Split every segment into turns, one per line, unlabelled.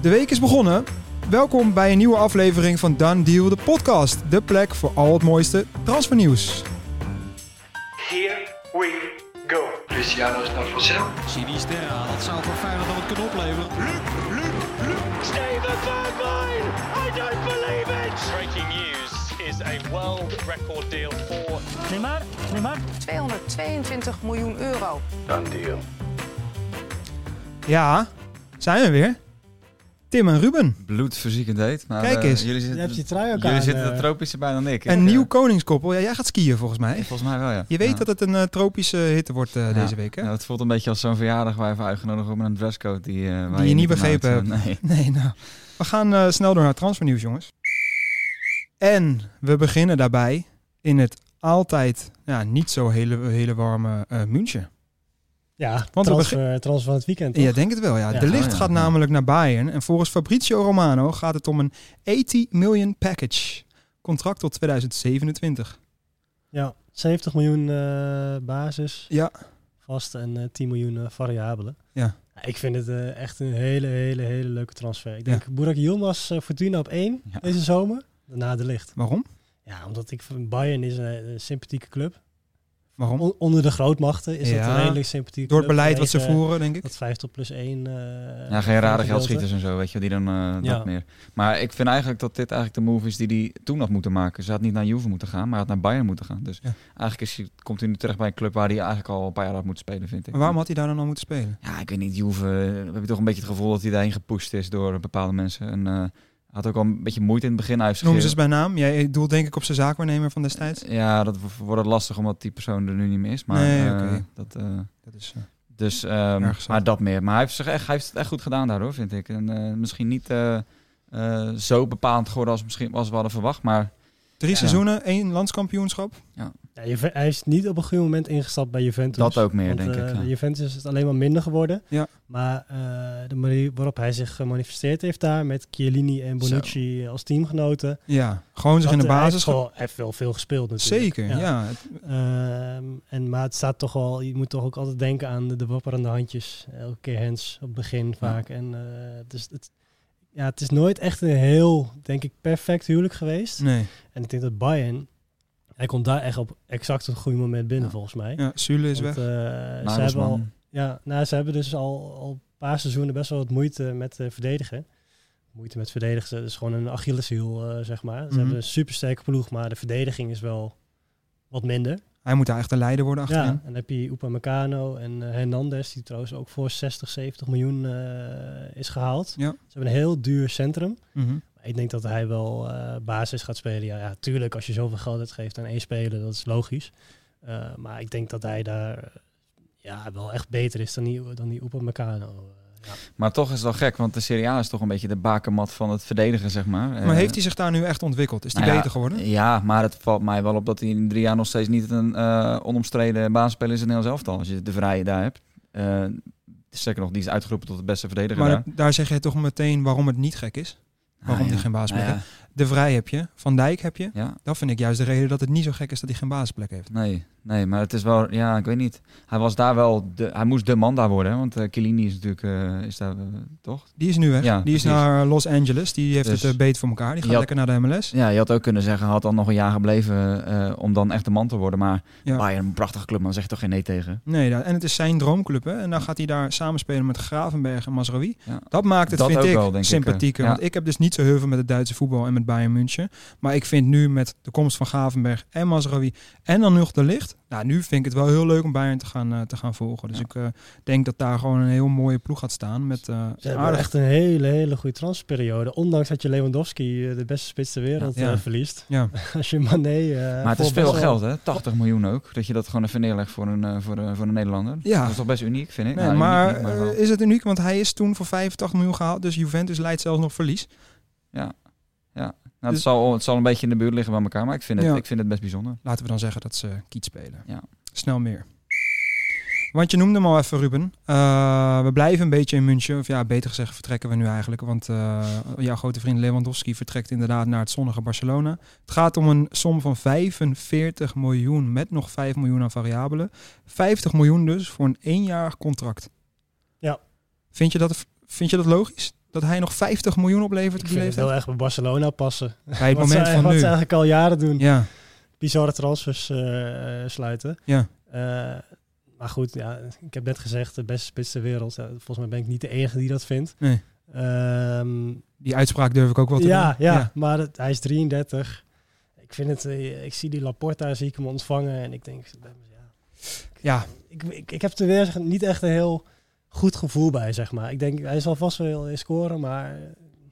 De week is begonnen. Welkom bij een nieuwe aflevering van Done Deal, de podcast. De plek voor al het mooiste transfernieuws.
Here we go. Luciano is naar Vassel.
Sinistera, dat zou voor Feyenoord nog wat kunnen opleveren.
Steven Bergwijn! I don't believe it! Breaking news is a world record deal for
222 miljoen euro.
Ja, zijn we weer. Tim en Ruben.
bloedverziekend heet. Maar
Kijk
eh,
eens.
jullie
Je
zitten,
hebt je trui ook
jullie
aan,
zitten
eh.
er tropischer bij dan ik. Ik,
Een
eh,
nieuw koningskoppel. Ja, jij gaat skiën volgens mij.
Volgens mij wel, ja.
Je weet
Ja.
dat het een eh, tropische hitte wordt eh,
Ja.
deze week, hè?
Ja, dat voelt een beetje als zo'n verjaardag waar je voor uitgenodigd wordt met een dresscode die, eh, waar
je niet
aan
begrepen
houdt. Nee.
Nee, nou. We gaan eh, snel door naar transfernieuws, jongens. En we beginnen daarbij in het altijd ja, niet zo hele, hele warme eh München.
Ja,
Want we
transfer, transfer van het weekend. toch?
Ja, denk het wel, ja.
Ja.
De licht
Oh, ja,
gaat
ja.
namelijk naar Bayern. En volgens Fabrizio Romano gaat het om een 80 million package. Contract tot 2027.
Ja, 70 miljoen eh, basis
Ja,
vast en eh, 10 miljoen eh, variabelen.
Ja.
Ik vind het eh, echt een hele, hele, hele leuke transfer. Ik denk Burak Yilmaz, eh, Fortuna op één
Ja.
deze zomer. Daarna de licht.
waarom?
Ja, omdat ik vind Bayern is een, eh, sympathieke club.
Waarom?
On- onder de grootmachten is dat
Ja.
een redelijk sympathieke
Door het
club
beleid wat ze
vanwege
voeren, denk ik.
Dat 50 plus 1. eh
Ja, geen rare
gedeelte.
geldschieters en zo, weet je, die dan eh,
Ja.
dat meer. Maar ik vind eigenlijk dat dit eigenlijk de move is die hij toen had moeten maken. Ze had niet naar Juve moeten gaan, maar had naar Bayern moeten gaan. Dus
Ja.
eigenlijk is, hij- komt hij nu terecht bij een club waar hij eigenlijk al een paar jaar had moeten spelen, vind ik.
Maar waarom had hij daar dan al moeten spelen?
Ja, ik weet niet, Juve, eh, heb je toch een beetje het gevoel dat hij daarheen gepusht is door bepaalde mensen. En eh, had ook al een beetje moeite in het begin uit
Noem ze eens bij naam. Jij doelt denk ik op zijn zaakwaarnemer van destijds.
Ja, dat w- wordt het lastig omdat die persoon er nu niet meer is. Maar,
Nee,
eh,
oké.
dat, eh,
Dat is, eh,
dus, ehm,
Erg zat.
maar dat meer. Maar hij heeft, zich echt, hij heeft het echt goed gedaan daardoor, vind ik. En eh, misschien niet eh, eh, zo bepalend geworden als, misschien, als we hadden verwacht. Maar
drie
Ja.
seizoenen, één landskampioenschap.
Ja, Juve- hij is niet op een gegeven moment ingestapt bij Juventus.
Dat ook meer,
Want,
denk
eh,
ik, ja.
bij Juventus is het alleen maar minder geworden.
Ja.
Maar eh, de manier waarop hij zich gemanifesteerd heeft daar... met Chiellini en Bonucci als teamgenoten...
Ja, gewoon zich in de
dat, eh,
basis.
Hij heeft, wel, hij heeft wel veel gespeeld natuurlijk.
Zeker, ja.
Ehm, en, maar het staat toch wel... Je moet toch ook altijd denken aan de, de wapperende handjes. Elke keer hands op het begin vaak. En, eh, dus het, ja, het is nooit echt een heel, denk ik, perfect huwelijk geweest.
Nee.
En ik denk dat Bayern... Hij komt daar echt op exact het goede moment binnen,
Ja.
volgens mij.
Ja, Zule is weg.
Want, eh, ze, hebben
Nagelsman,
al, ja, nou, ze hebben dus al, al een paar seizoenen best wel wat moeite met eh, verdedigen. Moeite met verdedigen, dat is gewoon een Achilleshiel, eh, zeg maar. Ze
Mhm.
hebben een supersterke ploeg, maar de verdediging is wel wat minder.
Hij moet daar echt de leider worden
Ja, en
achterin.
dan heb je Upamecano en eh, Hernandez, die trouwens ook voor 60, 70 miljoen eh, is gehaald.
Ja.
Ze hebben een heel duur centrum.
Mhm.
Maar ik denk dat hij wel eh, basis gaat spelen. Ja, ja, tuurlijk, als je zoveel geld uitgeeft aan één speler, dat is logisch. Eh, maar ik denk dat hij daar eh, ja, wel echt beter is dan die, dan die Upamecano. Eh, ja.
maar toch is het wel gek, want de Serie A is toch een beetje de bakermat van het verdedigen, zeg maar.
Maar heeft hij zich daar nu echt ontwikkeld? Is hij
Eh, Nou ja,
beter geworden?
Ja, maar het valt mij wel op dat hij in drie jaar nog steeds niet een eh, onomstreden basisspeler is in heel elftal. Als je de vrije daar hebt. Eh sterker nog, die is uitgeroepen tot de beste verdediger
Maar
daar.
dat- daar zeg je toch meteen waarom het niet gek is? Waarom
Ah, ja.
die geen baasplek
Nou ja,
heeft? De Vrij heb je, Van Dijk heb je.
ja.
Dat vind ik juist de reden dat het niet zo gek is dat hij geen basisplek heeft.
Nee, nee, maar het is wel, ja, ik weet niet. Hij was daar wel, de, hij moest de man daar worden, hè, want eh Chiellini is natuurlijk, eh, is daar eh, toch?
Die is nu weg.
Ja,
die is
precies.
naar Los Angeles. Die heeft
Dus-
het eh, beet voor elkaar. Die gaat
Ja.
lekker naar de MLS.
Ja, je had ook kunnen zeggen, hij had dan nog een jaar gebleven eh, om dan echt de man te worden. Maar
Ja.
Bayern, een prachtige club, man, zeg je toch geen nee tegen.
Nee, daar- en het is zijn droomclub. Hè? En dan gaat hij daar samenspelen met Gravenberg en Mazraoui.
Ja.
Dat maakt het,
Dat
vind
ook
ik,
wel, denk ik,
sympathieker.
eh, ja.
Want ik heb dus niet zo heel veel met het Duitse voetbal en met Bayern München. Maar ik vind nu met de komst van Gravenberg en Mazraoui en dan nog de licht. Nou, nu vind ik het wel heel leuk om Bayern te gaan, eh, te gaan volgen. Dus
Ja.
ik eh, denk dat daar gewoon een heel mooie ploeg gaat staan. Met eh
Ze hebben
aardig.
echt een hele, hele goede transperiode. Ondanks dat je Lewandowski eh, de beste spits ter wereld
Ja.
eh, verliest.
Ja.
Als je Mané... eh,
Maar het is
voor
veel
best wel-
geld, hè? 80 miljoen ook. Dat je dat gewoon even neerlegt voor een, eh, voor, eh, voor een Nederlander.
Ja.
Dat is toch best uniek, vind ik.
Nee,
Nou,
maar,
uniek niet,
eh,
wel-
is het uniek? Want hij is toen voor 85 miljoen gehaald. Dus Juventus leidt zelfs nog verlies.
nou,
dus-
het, zal, het zal een beetje in de buurt liggen bij elkaar, maar ik vind het,
Ja.
ik vind het best bijzonder.
Laten we dan zeggen dat ze kiet spelen.
Ja.
Snel meer. Want je noemde hem al even, Ruben. Eh, we blijven een beetje in München. Of ja, beter gezegd vertrekken we nu eigenlijk. Want eh, jouw grote vriend Lewandowski vertrekt inderdaad naar het zonnige Barcelona. Het gaat om een som van 45 miljoen met nog 5 miljoen aan variabelen. 50 miljoen dus voor een éénjarig contract.
Ja.
Vind je dat, vind je dat logisch? Dat dat hij nog 50 miljoen oplevert
Ik
op die
vind het
leeftijd?
heel erg bij Barcelona passen.
Bij het
wat
moment
ze,
van
wat
nu.
ze eigenlijk al jaren doen.
Ja,
Bizarre transfers eh, eh, sluiten.
ja.
Eh, maar goed, ja, ik heb net gezegd, de beste spits ter wereld. Ja, volgens mij ben ik niet de enige die dat vindt.
Nee.
Ehm,
Die uitspraak durf ik ook wel te
ja,
doen.
ja, maar het- hij is 33. Ik vind het, eh, ik zie die Laporta, zie ik hem ontvangen en ik denk, bij mezelf, ja,
Ja,
ik, ik, ik heb er weer niet echt een heel goed gevoel bij, zeg maar. Ik denk, hij zal vast wel heel scoren, maar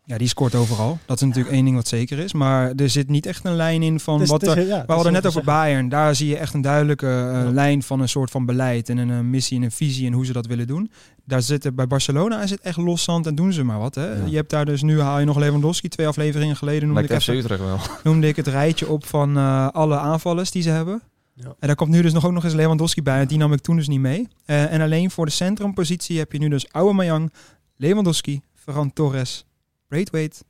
Ja, die scoort overal. Dat is natuurlijk één ding wat zeker is. Maar er zit niet echt een lijn in van
het is-
wat
het is
er.
heel- ja, het
We
is
hadden
heel
net over
gezegd.
Bayern. Daar zie je echt een duidelijke eh,
Ja.
lijn van een soort van beleid en een, eh, missie en een visie en hoe ze dat willen doen. Daar zitten bij Barcelona is het echt loszand en doen ze maar wat. Hè?
Ja.
Je hebt daar dus nu haal je nog Lewandowski twee afleveringen geleden noemde ik,
Lijkt FC
even,
Utrecht wel.
noemde ik het rijtje op van eh, alle aanvallers die ze hebben.
Ja.
En daar komt nu dus nog ook nog eens Lewandowski bij. en Die nam ik toen dus niet mee. Eh, en alleen voor de centrumpositie heb je nu dus Aubameyang, Lewandowski, Ferran Torres, Braithwaite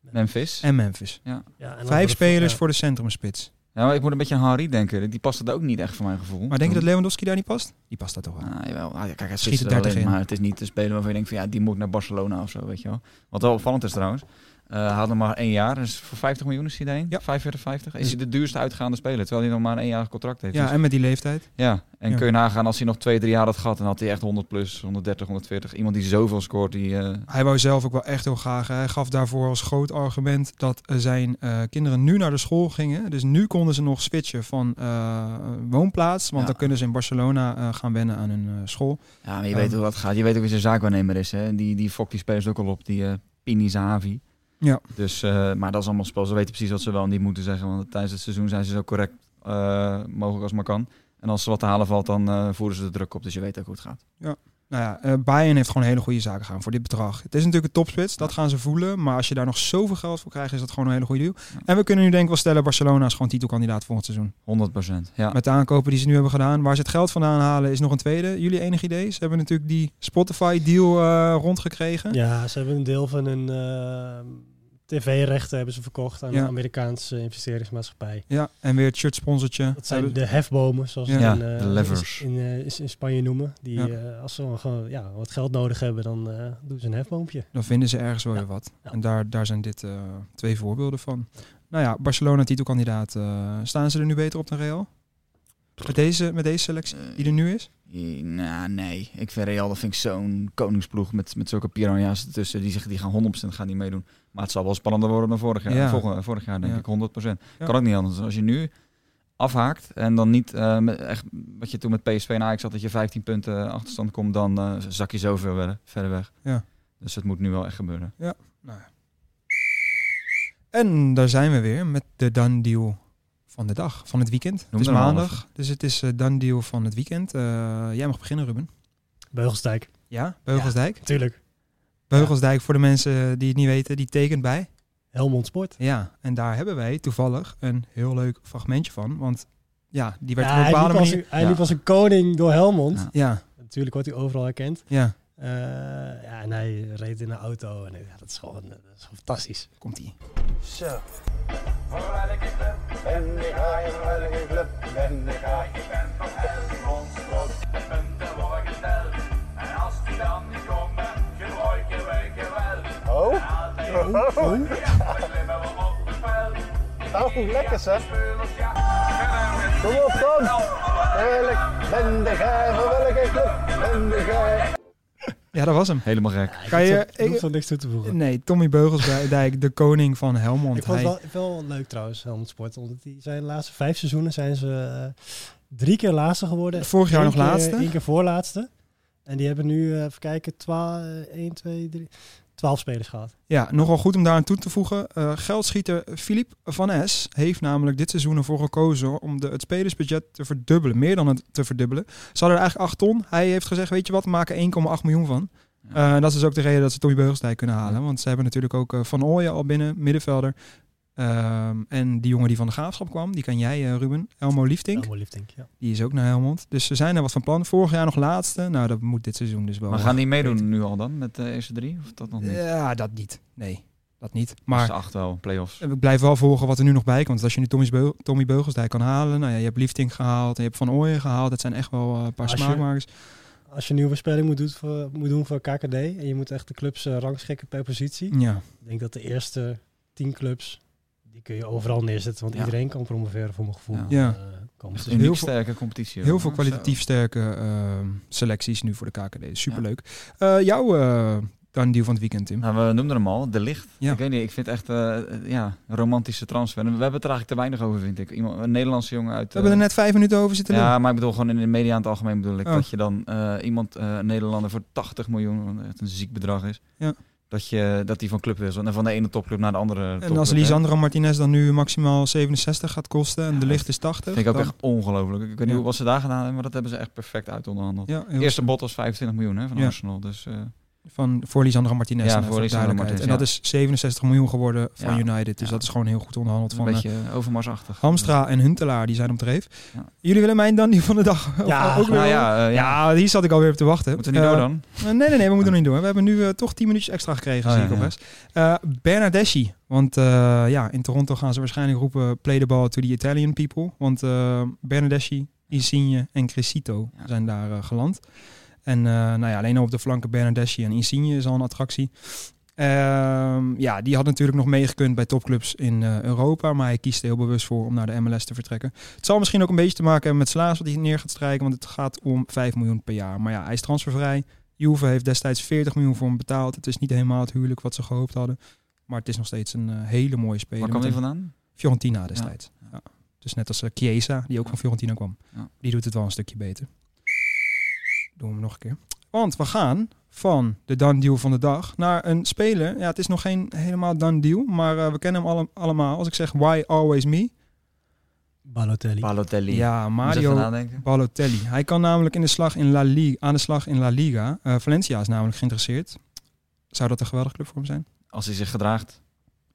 Memphis.
en Memphis.
Ja, en dan
Vijf
voor de-
spelers
ja.
voor de centrumspits.
Ja, maar ik moet een beetje aan Henri denken. Die past het ook niet echt voor mijn gevoel.
Maar denk je dat Lewandowski daar niet past? Die past daar toch wel.
Ah, jawel. Ah, ja, kijk, hij
Schiet
schiet
er
er wel
30
in,
in.
maar het is niet te spelen waarvan je denkt van ja, die moet naar Barcelona of zo, weet je wel. Wat wel opvallend is trouwens, eh, hij had nog maar één jaar, dus voor 50 miljoen is hij daarheen.
Ja.
45, 50. Is
Dus-
hij de duurste uitgaande speler, terwijl hij nog maar een éénjarig contract heeft.
Ja,
Dus-
en met die leeftijd.
ja. en
Ja.
kun je nagaan als hij nog twee, drie jaar had gehad, dan had hij echt 100 plus, 130, 140. Iemand die zoveel scoort, die... eh,
Hij wou zelf ook wel echt heel graag. hè. Hij gaf daarvoor als groot argument dat eh, zijn eh, kinderen nu naar de school gingen. Dus nu konden ze nog switchen van eh, woonplaats. Want
Ja.
dan kunnen ze in Barcelona eh, gaan wennen aan hun eh, school.
Ja, maar je
Ja.
weet hoe dat gaat. Je weet ook wie zijn zaakwaarnemer is. Hè? Die, die fokt die spelers ook al op, die eh Pini Zahavi.
Ja.
Dus, eh, maar dat is allemaal spel. Ze weten precies wat ze wel en niet moeten zeggen. Want tijdens het seizoen zijn ze zo correct eh, mogelijk als maar kan. En als er wat te halen valt, dan eh, voeren ze de druk op. Dus je weet ook hoe het gaat.
Nou ja, eh, Bayern heeft gewoon hele goede zaken gaan voor dit bedrag. Het is natuurlijk een topspits, dat gaan ze voelen. Maar als je daar nog zoveel geld voor krijgt, is dat gewoon een hele goede deal.
Ja.
En we kunnen nu denk ik wel stellen, Barcelona is gewoon titelkandidaat volgend seizoen.
100 procent. Ja.
Met de aankopen die ze nu hebben gedaan. Waar ze het geld vandaan halen is nog een tweede. Jullie enig idee? Ze hebben natuurlijk die Spotify-deal eh, rondgekregen.
Ja, ze hebben een deel van hun eh, tv-rechten hebben ze verkocht aan
Ja.
een Amerikaanse investeringsmaatschappij.
Ja, en weer het shirt-sponsortje.
Dat zijn
Hebben-
de hefbomen, zoals
Ja.
ze in,
Ja,
eh,
de levers.
in, eh, is- in Spanje noemen. Die,
Ja.
eh, als ze gewoon ja, wat geld nodig hebben, dan eh, doen ze een hefboompje.
Dan vinden ze ergens wel
Ja.
weer wat.
Ja.
En daar, daar zijn dit eh, twee voorbeelden van. Nou ja, Barcelona titelkandidaat. eh, staan ze er nu beter op dan Real? Met deze, met deze selectie die er nu is?
Eh, nou, nee. Ik vind Real, dat vind ik zo'n koningsploeg met, met zulke piranha's ertussen. Die zeggen, die gaan 100% gaan niet meedoen. Maar het zal wel spannender worden dan vorig jaar.
Ja.
Volgende- vorig jaar denk
Ja.
ik, 100%.
Ja.
Kan ook niet anders. Als je nu afhaakt en dan niet eh, met- echt wat je toen met PSV en Ajax had, dat je 15 punten achterstand komt, dan eh, zak je zoveel wel- verder weg.
Ja.
Dus het moet nu wel echt gebeuren.
Nou En daar zijn we weer met de done deal van de dag, van het weekend. het is
er maar
maandag, dus het is eh done deal van het weekend. Eh, jij mag beginnen, Ruben.
Beugelsdijk,
Ja, Beugelsdijk.
natuurlijk.
Beugelsdijk, voor de mensen die het niet weten, die tekent bij.
Helmond Sport.
Ja, en daar hebben wij toevallig een heel leuk fragmentje van. Want ja, die werd
Ja,
op een
hij
bepaalde
liep, als,
manier...
hij
Ja.
liep als een koning door Helmond.
Ja.
Ja,
Natuurlijk wordt hij overal herkend.
ja,
Eh, ja, en hij reed in een auto. En, eh, ja, dat, is gewoon, eh, dat is gewoon fantastisch.
komt ie.
Zo. Oh. Ben ik high, ben ik blub, ben ik high. Ik ben van Helmond Slot, een morgendel. En als die dan niet komen, gebruiken wij geweld. Oh? Oh? Oh, lekker zeg. Kom op, Tom. Heerlijk. Ben de gij van welke club? Ben de gij.
Ja, dat was hem.
Helemaal gek.
Kan je-
Ik
ik-
hoef er niks toe te voegen.
Nee, Tommy Beugelsdijk, de koning van Helmond.
Ik vond het
Hij-
wel, wel leuk trouwens, Helmond Sport. Omdat die zijn de laatste vijf seizoenen zijn ze eh, drie keer laatste geworden.
Vorig jaar
Eén
nog
keer-
laatste.
één keer voorlaatste. En die hebben nu, eh, even kijken, eh, 1, 2, 3, 12 spelers gehad.
Ja, nogal goed om daar aan toe te voegen. Eh, geldschieter Philippe van S heeft namelijk dit seizoen ervoor gekozen om de, het spelersbudget te verdubbelen. Meer dan het te verdubbelen. Ze hadden er eigenlijk 8 ton. Hij heeft gezegd, weet je wat, we maken 1,8 miljoen van. Eh, en dat is dus ook de reden dat ze Tommy Beugelsdijk kunnen halen. Want ze hebben natuurlijk ook eh, Van Ooyen al binnen, middenvelder. Ehm, en die jongen die van de graafschap kwam, die kan jij eh, Ruben. Elmo Liefdink,
Elmo Liefdink, ja.
die is ook naar Helmond. Dus ze zijn er wat van plan. Vorig jaar nog laatste. Nou, dat moet dit seizoen dus wel.
Maar gaan die meedoen nu al dan met de eerste drie? Of dat nog niet?
Ja, dat niet. Nee, dat niet.
Maar
Maar
acht wel, play-offs.
ik blijf wel volgen wat er nu nog bij komt. Want als je nu Tommy's Beug- Tommy Beugelsdijk kan halen. Nou ja, je hebt Liefdink gehaald. en Je hebt Van Ooyen gehaald. Dat zijn echt wel eh, een paar
Als je-
smaakmakers.
Als als je een nieuwe voorspelling moet doen voor, moet doen voor KKD en je moet echt de clubs eh, rangschikken per positie.
Ja.
Ik denk dat de eerste tien clubs, die kun je overal neerzetten, want
Ja.
iedereen kan promoveren voor mijn gevoel.
Ja.
Ja.
Eh, komen
Echt
ze
een
heel
heel
veel-
sterke competitie.
Heel
hoor.
veel
Zo.
kwalitatief sterke ehm, selecties nu voor de KKD. Superleuk. Eh jouw eh dan deal van het weekend, Tim.
Nou, we noemden hem al, De Licht.
Ja.
Ik weet niet, ik vind het echt eh, eh, ja, een romantische transfer. En we hebben het er eigenlijk te weinig over, vind ik. Iemand, een Nederlandse jongen uit...
We hebben er
eh,
net vijf minuten over zitten lullen.
ja, maar ik bedoel gewoon in de media in het algemeen bedoel ik
Oh.
dat je dan eh, iemand, eh, een Nederlander voor 80 miljoen, wat echt een ziek bedrag is,
Ja.
dat, je, dat die van club wisselt en van de ene topclub naar de andere
En
topclub,
als
hè.
Lisandro Martinez dan nu maximaal 67 gaat kosten en de licht is 80.
Vind ik ook
dan-
echt ongelooflijk. Ik weet
Ja.
niet hoe wat ze daar gedaan hebben, maar dat hebben ze echt perfect uit onderhandeld.
ja, heel
Eerste bot was 25 miljoen hè, van
Ja.
Arsenal. Dus eh,
van voor Lisandro Martinez.
Ja,
dan even
voor Lisandro
duidelijkheid. En dat
Martinez,
is 67 miljoen geworden van
Ja.
United. Dus
Ja.
dat is gewoon heel goed onderhandeld
een
van eh,
beetje overmarsachtig.
Hamstra en Huntelaar, die zijn om dreef.
Ja.
Jullie willen mijn dan die van de dag of-
Ja,
ook weer.
Nou
horen?
ja, eh, ja.
Ja, die zat ik alweer op te wachten.
moeten we niet
Eh,
door dan?
Eh, Nee, nee, nee, we moeten nog niet door. We hebben nu eh, toch 10 minuutjes extra gekregen,
Oh,
zie
ja,
ik op
ja.
best. Eh, Bernardeschi. Want eh, ja, in Toronto gaan ze waarschijnlijk roepen... play the ball to the Italian people. Want eh Bernardeschi, Insigne en Crescito
Ja.
zijn daar eh, geland. En eh, nou ja, alleen al op de flanken Bernardeschi en Insigne is al een attractie. Ehm, ja, die had natuurlijk nog meegekund bij topclubs in eh, Europa. Maar hij kiest er heel bewust voor om naar de MLS te vertrekken. Het zal misschien ook een beetje te maken hebben met salaris wat hij neer gaat strijken. Want het gaat om 5 miljoen per jaar. Maar ja, hij is transfervrij. Juve heeft destijds 40 miljoen voor hem betaald. Het is niet helemaal het huwelijk wat ze gehoopt hadden. Maar het is nog steeds een eh, hele mooie speler.
Waar kwam
Met
die
een
vandaan?
Fiorentina destijds. Ja. Dus net als eh, Chiesa, die ook van Fiorentina kwam.
Ja.
Die doet het wel een stukje beter. Doen we hem nog een keer. Want we gaan van de done deal van de dag naar een speler. Ja, het is nog geen helemaal done deal, maar eh, we kennen hem alle- allemaal. Als ik zeg why always me?
Balotelli.
Palotelli.
Ja,
Eens even
Mario
nadenken.
Balotelli. Hij kan namelijk in de slag in La Liga, aan de slag in La Liga. Eh, Valencia is namelijk geïnteresseerd. Zou dat een geweldige club voor hem zijn?
Als hij zich gedraagt.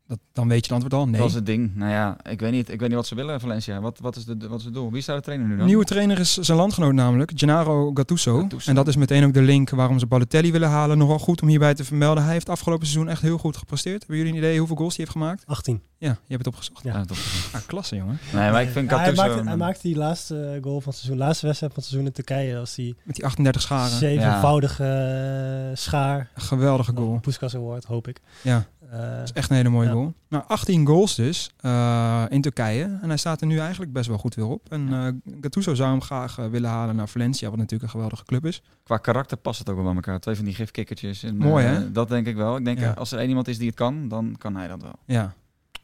Dat, dan weet je het antwoord al. Nee.
Dat is het ding. Nou ja, ik weet niet, ik weet niet wat ze willen, Valencia. Wat, wat, is, de, wat is het doel? Wie staat de trainer nu dan?
Nieuwe trainer is zijn landgenoot namelijk, Gennaro Gattuso.
Gattuso.
En dat is meteen ook de link waarom ze Balotelli willen halen. Nogal goed om hierbij te vermelden. Hij heeft afgelopen seizoen echt heel goed gepresteerd. Hebben jullie een idee hoeveel goals hij heeft gemaakt?
18.
Ja, je hebt het opgezocht.
Ja.
Ja, toch.
Ah, klasse jongen.
Nee, maar ik vind
Ja, hij,
Gattuso-
maakte, hij maakte die laatste eh, goal van het seizoen, laatste wedstrijd van het seizoen in Turkije. als die
Met die 38 scharen.
zevenvoudige eh, schaar.
Een geweldige goal.
Puskas Award, hoop ik.
Ja.
Eh,
Dat is echt een hele mooie
Ja.
goal. Nou, 18 goals dus eh, in Turkije. En hij staat er nu eigenlijk best wel goed weer op. En eh Gattuso zou hem graag eh, willen halen naar Valencia, wat natuurlijk een geweldige club is.
Qua karakter past het ook wel bij elkaar. Twee van die gifkikkertjes. En,
Mooi,
eh,
hè?
dat denk ik wel. Ik denk,
Ja.
eh, als er één iemand is die het kan, dan kan hij dat wel.
Ja.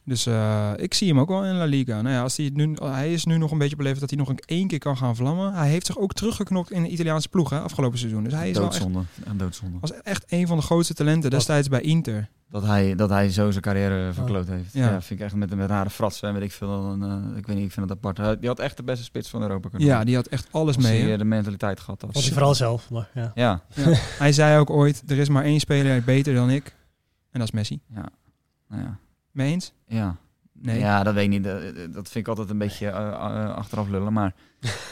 Dus eh, ik zie hem ook wel in La Liga. Nou ja, als hij, het nu, hij is nu nog een beetje beleefd dat hij nog een één keer kan gaan vlammen. Hij heeft zich ook teruggeknokt in de Italiaanse ploeg hè, afgelopen seizoen. Dus hij is wel echt,
doodzonde. Een doodzonde.
was echt een van de grootste talenten destijds bij Inter.
Dat hij, dat hij zo zijn carrière verkloot heeft.
Oh. Ja.
Ja. vind ik echt met een met rare frats. En weet ik veel. dan, eh, ik weet niet, ik vind dat apart. Hij- die had echt de beste spits van Europa kunnen
Ja,
worden.
die had echt alles
Als
mee.
hij,
hè.
eh, de mentaliteit gehad had.
was hij vooral zelf, maar ja.
Ja,
Hij zei ook ooit, er is maar één speler beter dan ik. En dat is Messi.
nou ja.
Mee eens?
Ja.
Nee.
Ja, dat weet ik niet. Eh, eh, Dat vind ik altijd een beetje eh, eh, achteraf lullen. Maar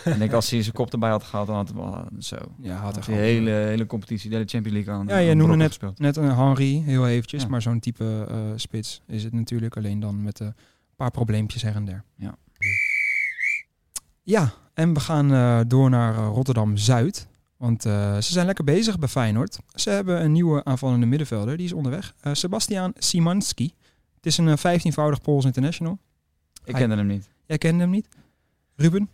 ik denk als hij zijn kop erbij had gehad, dan had het wel eh, zo.
Ja, had
Had
er
de hele, hele competitie, de hele Champions League aan.
Ja, je
aan
noemde
brokken gespeeld.
Net een Henry, heel eventjes.
Ja.
Maar zo'n type eh, spits is het natuurlijk. Alleen dan met eh, een paar probleempjes her en der.
Ja.
Ja, en we gaan eh, door naar eh, Rotterdam-Zuid. Want eh, ze zijn lekker bezig bij Feyenoord. Ze hebben een nieuwe aanvallende middenvelder. Die is onderweg. Eh, Sebastian Simanski. Het is een eh, 15-voudig Pools international.
Ik
Hij-
kende hem niet.
Jij kende hem niet? Ruben?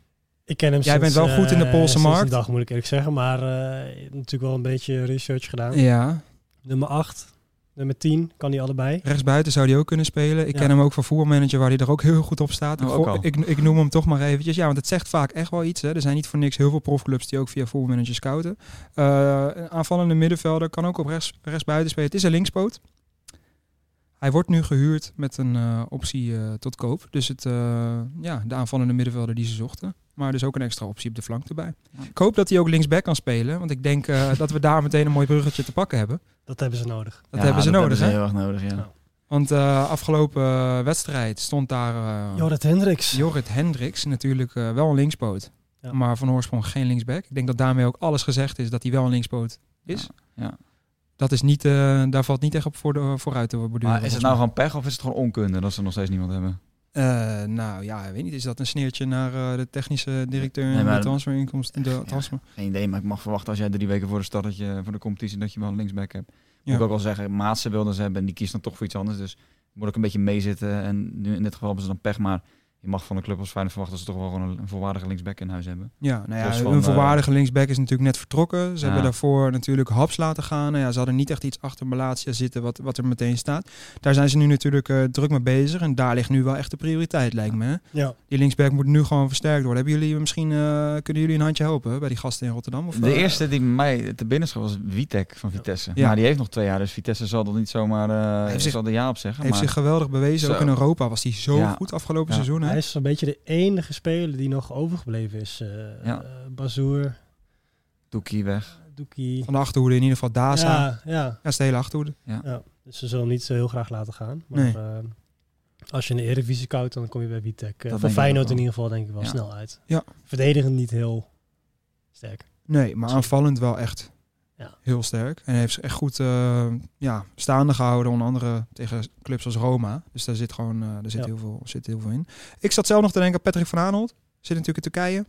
Ik ken hem
Jij
sinds,
bent wel goed in de
eh,
Poolse
sinds
markt.
een dag, moet ik eerlijk zeggen. Maar eh, ik heb natuurlijk wel een beetje research gedaan.
Ja.
Nummer 8, nummer 10, kan die allebei.
Rechtsbuiten zou die ook kunnen spelen. Ik
Ja.
ken hem ook van voermanager, waar hij er ook heel goed op staat.
Oh,
ik,
ook
vo-
al.
ik, ik noem hem toch maar eventjes. Ja, want het zegt vaak echt wel iets. Hè. Er zijn niet voor niks heel veel profclubs die ook via voermanager scouten. Eh, een aanvallende middenvelder kan ook op rechts, rechtsbuiten spelen. Het is een linkspoot. Hij wordt nu gehuurd met een eh, optie eh, tot koop. Dus het, eh, ja, de aanvallende middenvelder die ze zochten. Maar dus ook een extra optie op de flank erbij.
Ja.
Ik hoop dat hij ook linksback kan spelen. Want ik denk eh, dat we daar meteen een mooi bruggetje te pakken hebben.
Dat hebben ze nodig.
Dat
Ja,
hebben ze nodig, hè?
heel erg nodig, ja.
Ja.
Want eh, afgelopen eh, wedstrijd stond daar eh,
Jorrit Hendricks.
Jorrit Hendricks, natuurlijk eh, wel een linkspoot.
Ja.
Maar van oorsprong geen linksback. Ik denk dat daarmee ook alles gezegd is dat hij wel een linkspoot is.
ja.
Dat is niet, eh, daar valt niet echt op voor de, vooruit te borduren.
nou Maar is het nou gewoon pech of is het gewoon onkunde dat ze nog steeds niemand hebben?
Eh, nou ja, ik weet niet. Is dat een sneertje naar eh, de technische directeur
Nee,
en
maar-
de transferinkomsten? De transfer.
Geen idee, maar ik mag verwachten als jij drie weken voor de start dat je, voor de competitie dat je wel een linksback hebt. Moet
Ja.
ik ook wel zeggen, Maatse wilden ze hebben en die kiest dan toch voor iets anders. Dus moet ik een beetje meezitten. En nu in dit geval hebben ze dan pech, maar je mag van een club als Feyenoord verwachten dat ze toch wel gewoon een, een volwaardige linksback in huis hebben.
Ja, nou ja,
Los van, eh,
een volwaardige linksback is natuurlijk net vertrokken. Ze
Ja.
hebben daarvoor natuurlijk Haps laten gaan. Nou ja, ze hadden niet echt iets achter Malatia zitten wat, wat er meteen staat. Daar zijn ze nu natuurlijk eh, druk mee bezig. En daar ligt nu wel echt de prioriteit, lijkt me. hè.
Ja.
Die linksback moet nu gewoon versterkt worden. Hebben jullie misschien, eh, kunnen jullie een handje helpen bij die gasten in Rotterdam? Of,
De
eh,
eerste die mij te binnen schoot was Witek van Vitesse.
Ja.
Maar die heeft nog twee jaar, dus Vitesse zal er niet zomaar eh
heeft zich-
zal er ja op zeggen.
Heeft
maar
zich geweldig bewezen.
Zo.
Ook in Europa was hij zo
Ja.
goed afgelopen
Ja.
seizoen. Hè?
Hij is een beetje de enige speler die nog overgebleven is. eh
Ja.
eh, Bazoer,
Doekie weg.
Doekie.
Van de achterhoede in ieder geval. Daza. Ja,
Ja, ja.
dat is de hele achterhoede.
Ja, dus ze zullen hem niet zo heel graag laten gaan. Maar
Nee.
eh, als je in de Eredivisie koudt, dan kom je bij Witek.
denk
voor
ik ook
Feyenoord
wel.
in ieder geval denk ik wel
Ja.
snel uit.
Ja.
Verdedigend niet heel sterk.
Nee, maar aanvallend wel echt
Ja.
heel sterk. En hij heeft zich echt goed eh, ja, staande gehouden, onder andere tegen clubs als Roma. Dus daar zit gewoon eh, daar zit
Ja.
heel veel, zit heel veel in. Ik zat zelf nog te denken aan Patrick van Aanholt. Zit natuurlijk in Turkije.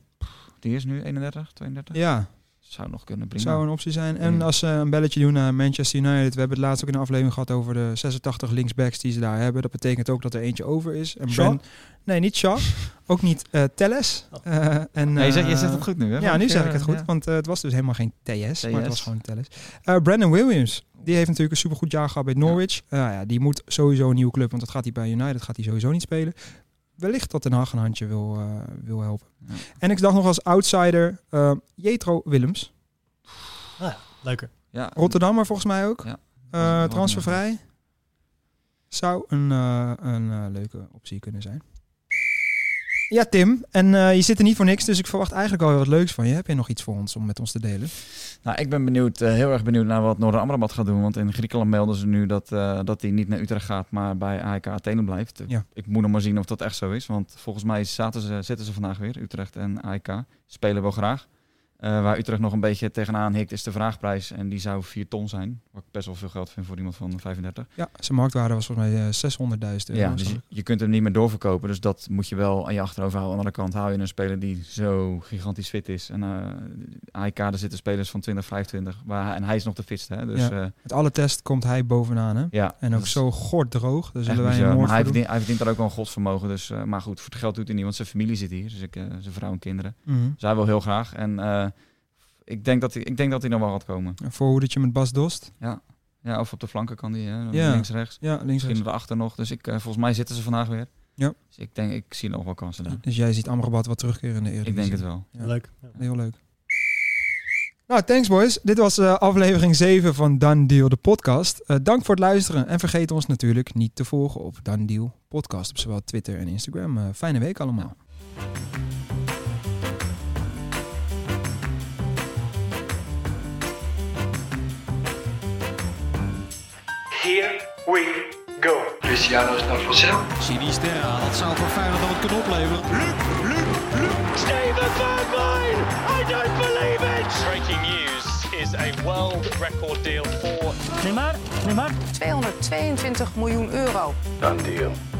Die is nu 31, 32.
Ja,
Zou nog kunnen, prima.
zou een optie zijn. En
Ja.
als ze een belletje doen naar Manchester United. We hebben het laatst ook in een aflevering gehad over de 86 linksbacks die ze daar hebben. Dat betekent ook dat er eentje over is. En
Shaw?
Ben- nee, niet Shaw. ook niet eh Telles.
Oh.
Eh, en,
Nee, je, zegt, je zegt
eh,
het goed nu, hè?
Ja, nu zeg ik het goed,
Ja.
want eh, het was dus helemaal geen TS, maar
TS.
het was gewoon Telles. Eh Brandon Williams, die heeft natuurlijk een supergoed jaar gehad bij Norwich. Nou ja, die moet sowieso een nieuwe club, want dat gaat hij bij United gaat hij sowieso niet spelen. Wellicht dat Den Haag een handje wil, eh, wil helpen.
Ja.
En ik dacht nog als outsider, eh, Jetro Willems,
Leuker.
Ja,
Rotterdammer volgens mij ook,
Oh. Ja.
Eh, transfervrij. Zou een, eh, een eh, leuke optie kunnen zijn. Ja, Tim. En eh, je zit er niet voor niks, dus ik verwacht eigenlijk alweer wat leuks van je. Heb je nog iets voor ons om met ons te delen?
Nou, ik ben benieuwd, eh, heel erg benieuwd naar wat Noorden Amrabat gaat doen. Want in Griekenland melden ze nu dat, eh, dat hij niet naar Utrecht gaat, maar bij AEK Athene blijft. Ik-
Ja.
Ik moet nog maar zien of dat echt zo is. Want volgens mij zaten ze, zitten ze vandaag weer, Utrecht en AEK. Spelen wel graag. Eh, waar Utrecht nog een beetje tegenaan hikt, is de vraagprijs. En die zou 4 ton zijn. Wat ik best wel veel geld vind voor iemand van 35.
Ja, zijn marktwaarde was volgens mij eh, 600.000 euro.
Ja, dus je, je kunt hem niet meer doorverkopen. Dus dat moet je wel aan je achterover houden. Aan de andere kant hou je een speler die zo gigantisch fit is. En eh AEK, daar zitten spelers van 20, 25. Waar, hij- en hij is nog de fitste. Hè? Dus,
Ja.
eh,
Met alle tests komt hij bovenaan. Hè?
ja,
En
dat
ook
is
zo gorddroog. Daar
echt
zullen wij
bizar.
een
Maar
moord
hij,
voor doen.
verdient, hij verdient daar ook wel een godsvermogen. Dus, eh, maar goed, voor het geld doet hij niet, want zijn familie zit hier. Dus ik, eh, zijn vrouw en kinderen.
Mhm.
Dus hij wil heel graag. En eh, ik, denk dat hij, ik denk dat hij nog wel gaat komen.
Een voorhoedertje met Bas Dost.
Ja, of op de flanken kan hij, hè?
Ja.
links, rechts.
Ja, links
Misschien
rechts.
erachter nog. Dus ik, eh, volgens mij zitten ze vandaag weer.
Ja.
Dus ik denk, ik zie nog wel kansen daar.
Dus jij ziet Amrabat wat terugkeren in de Eredivisie.
Ik denk het wel.
Ja.
Leuk. Ja.
Heel leuk. Nou, thanks boys. Dit was eh, aflevering 7 van Dan Deal, de podcast. Eh, dank voor het luisteren en vergeet ons natuurlijk niet te volgen op Dan Deal Podcast op zowel Twitter en Instagram. Eh, fijne week allemaal.
Here we go. Luciano Snafrosel.
Sinisterra, dat zou voor Feyenoord dan wat kunnen opleveren.
Steven Bergwijn! I don't believe it! Breaking news is a world record deal for
222 miljoen euro.
Done deal.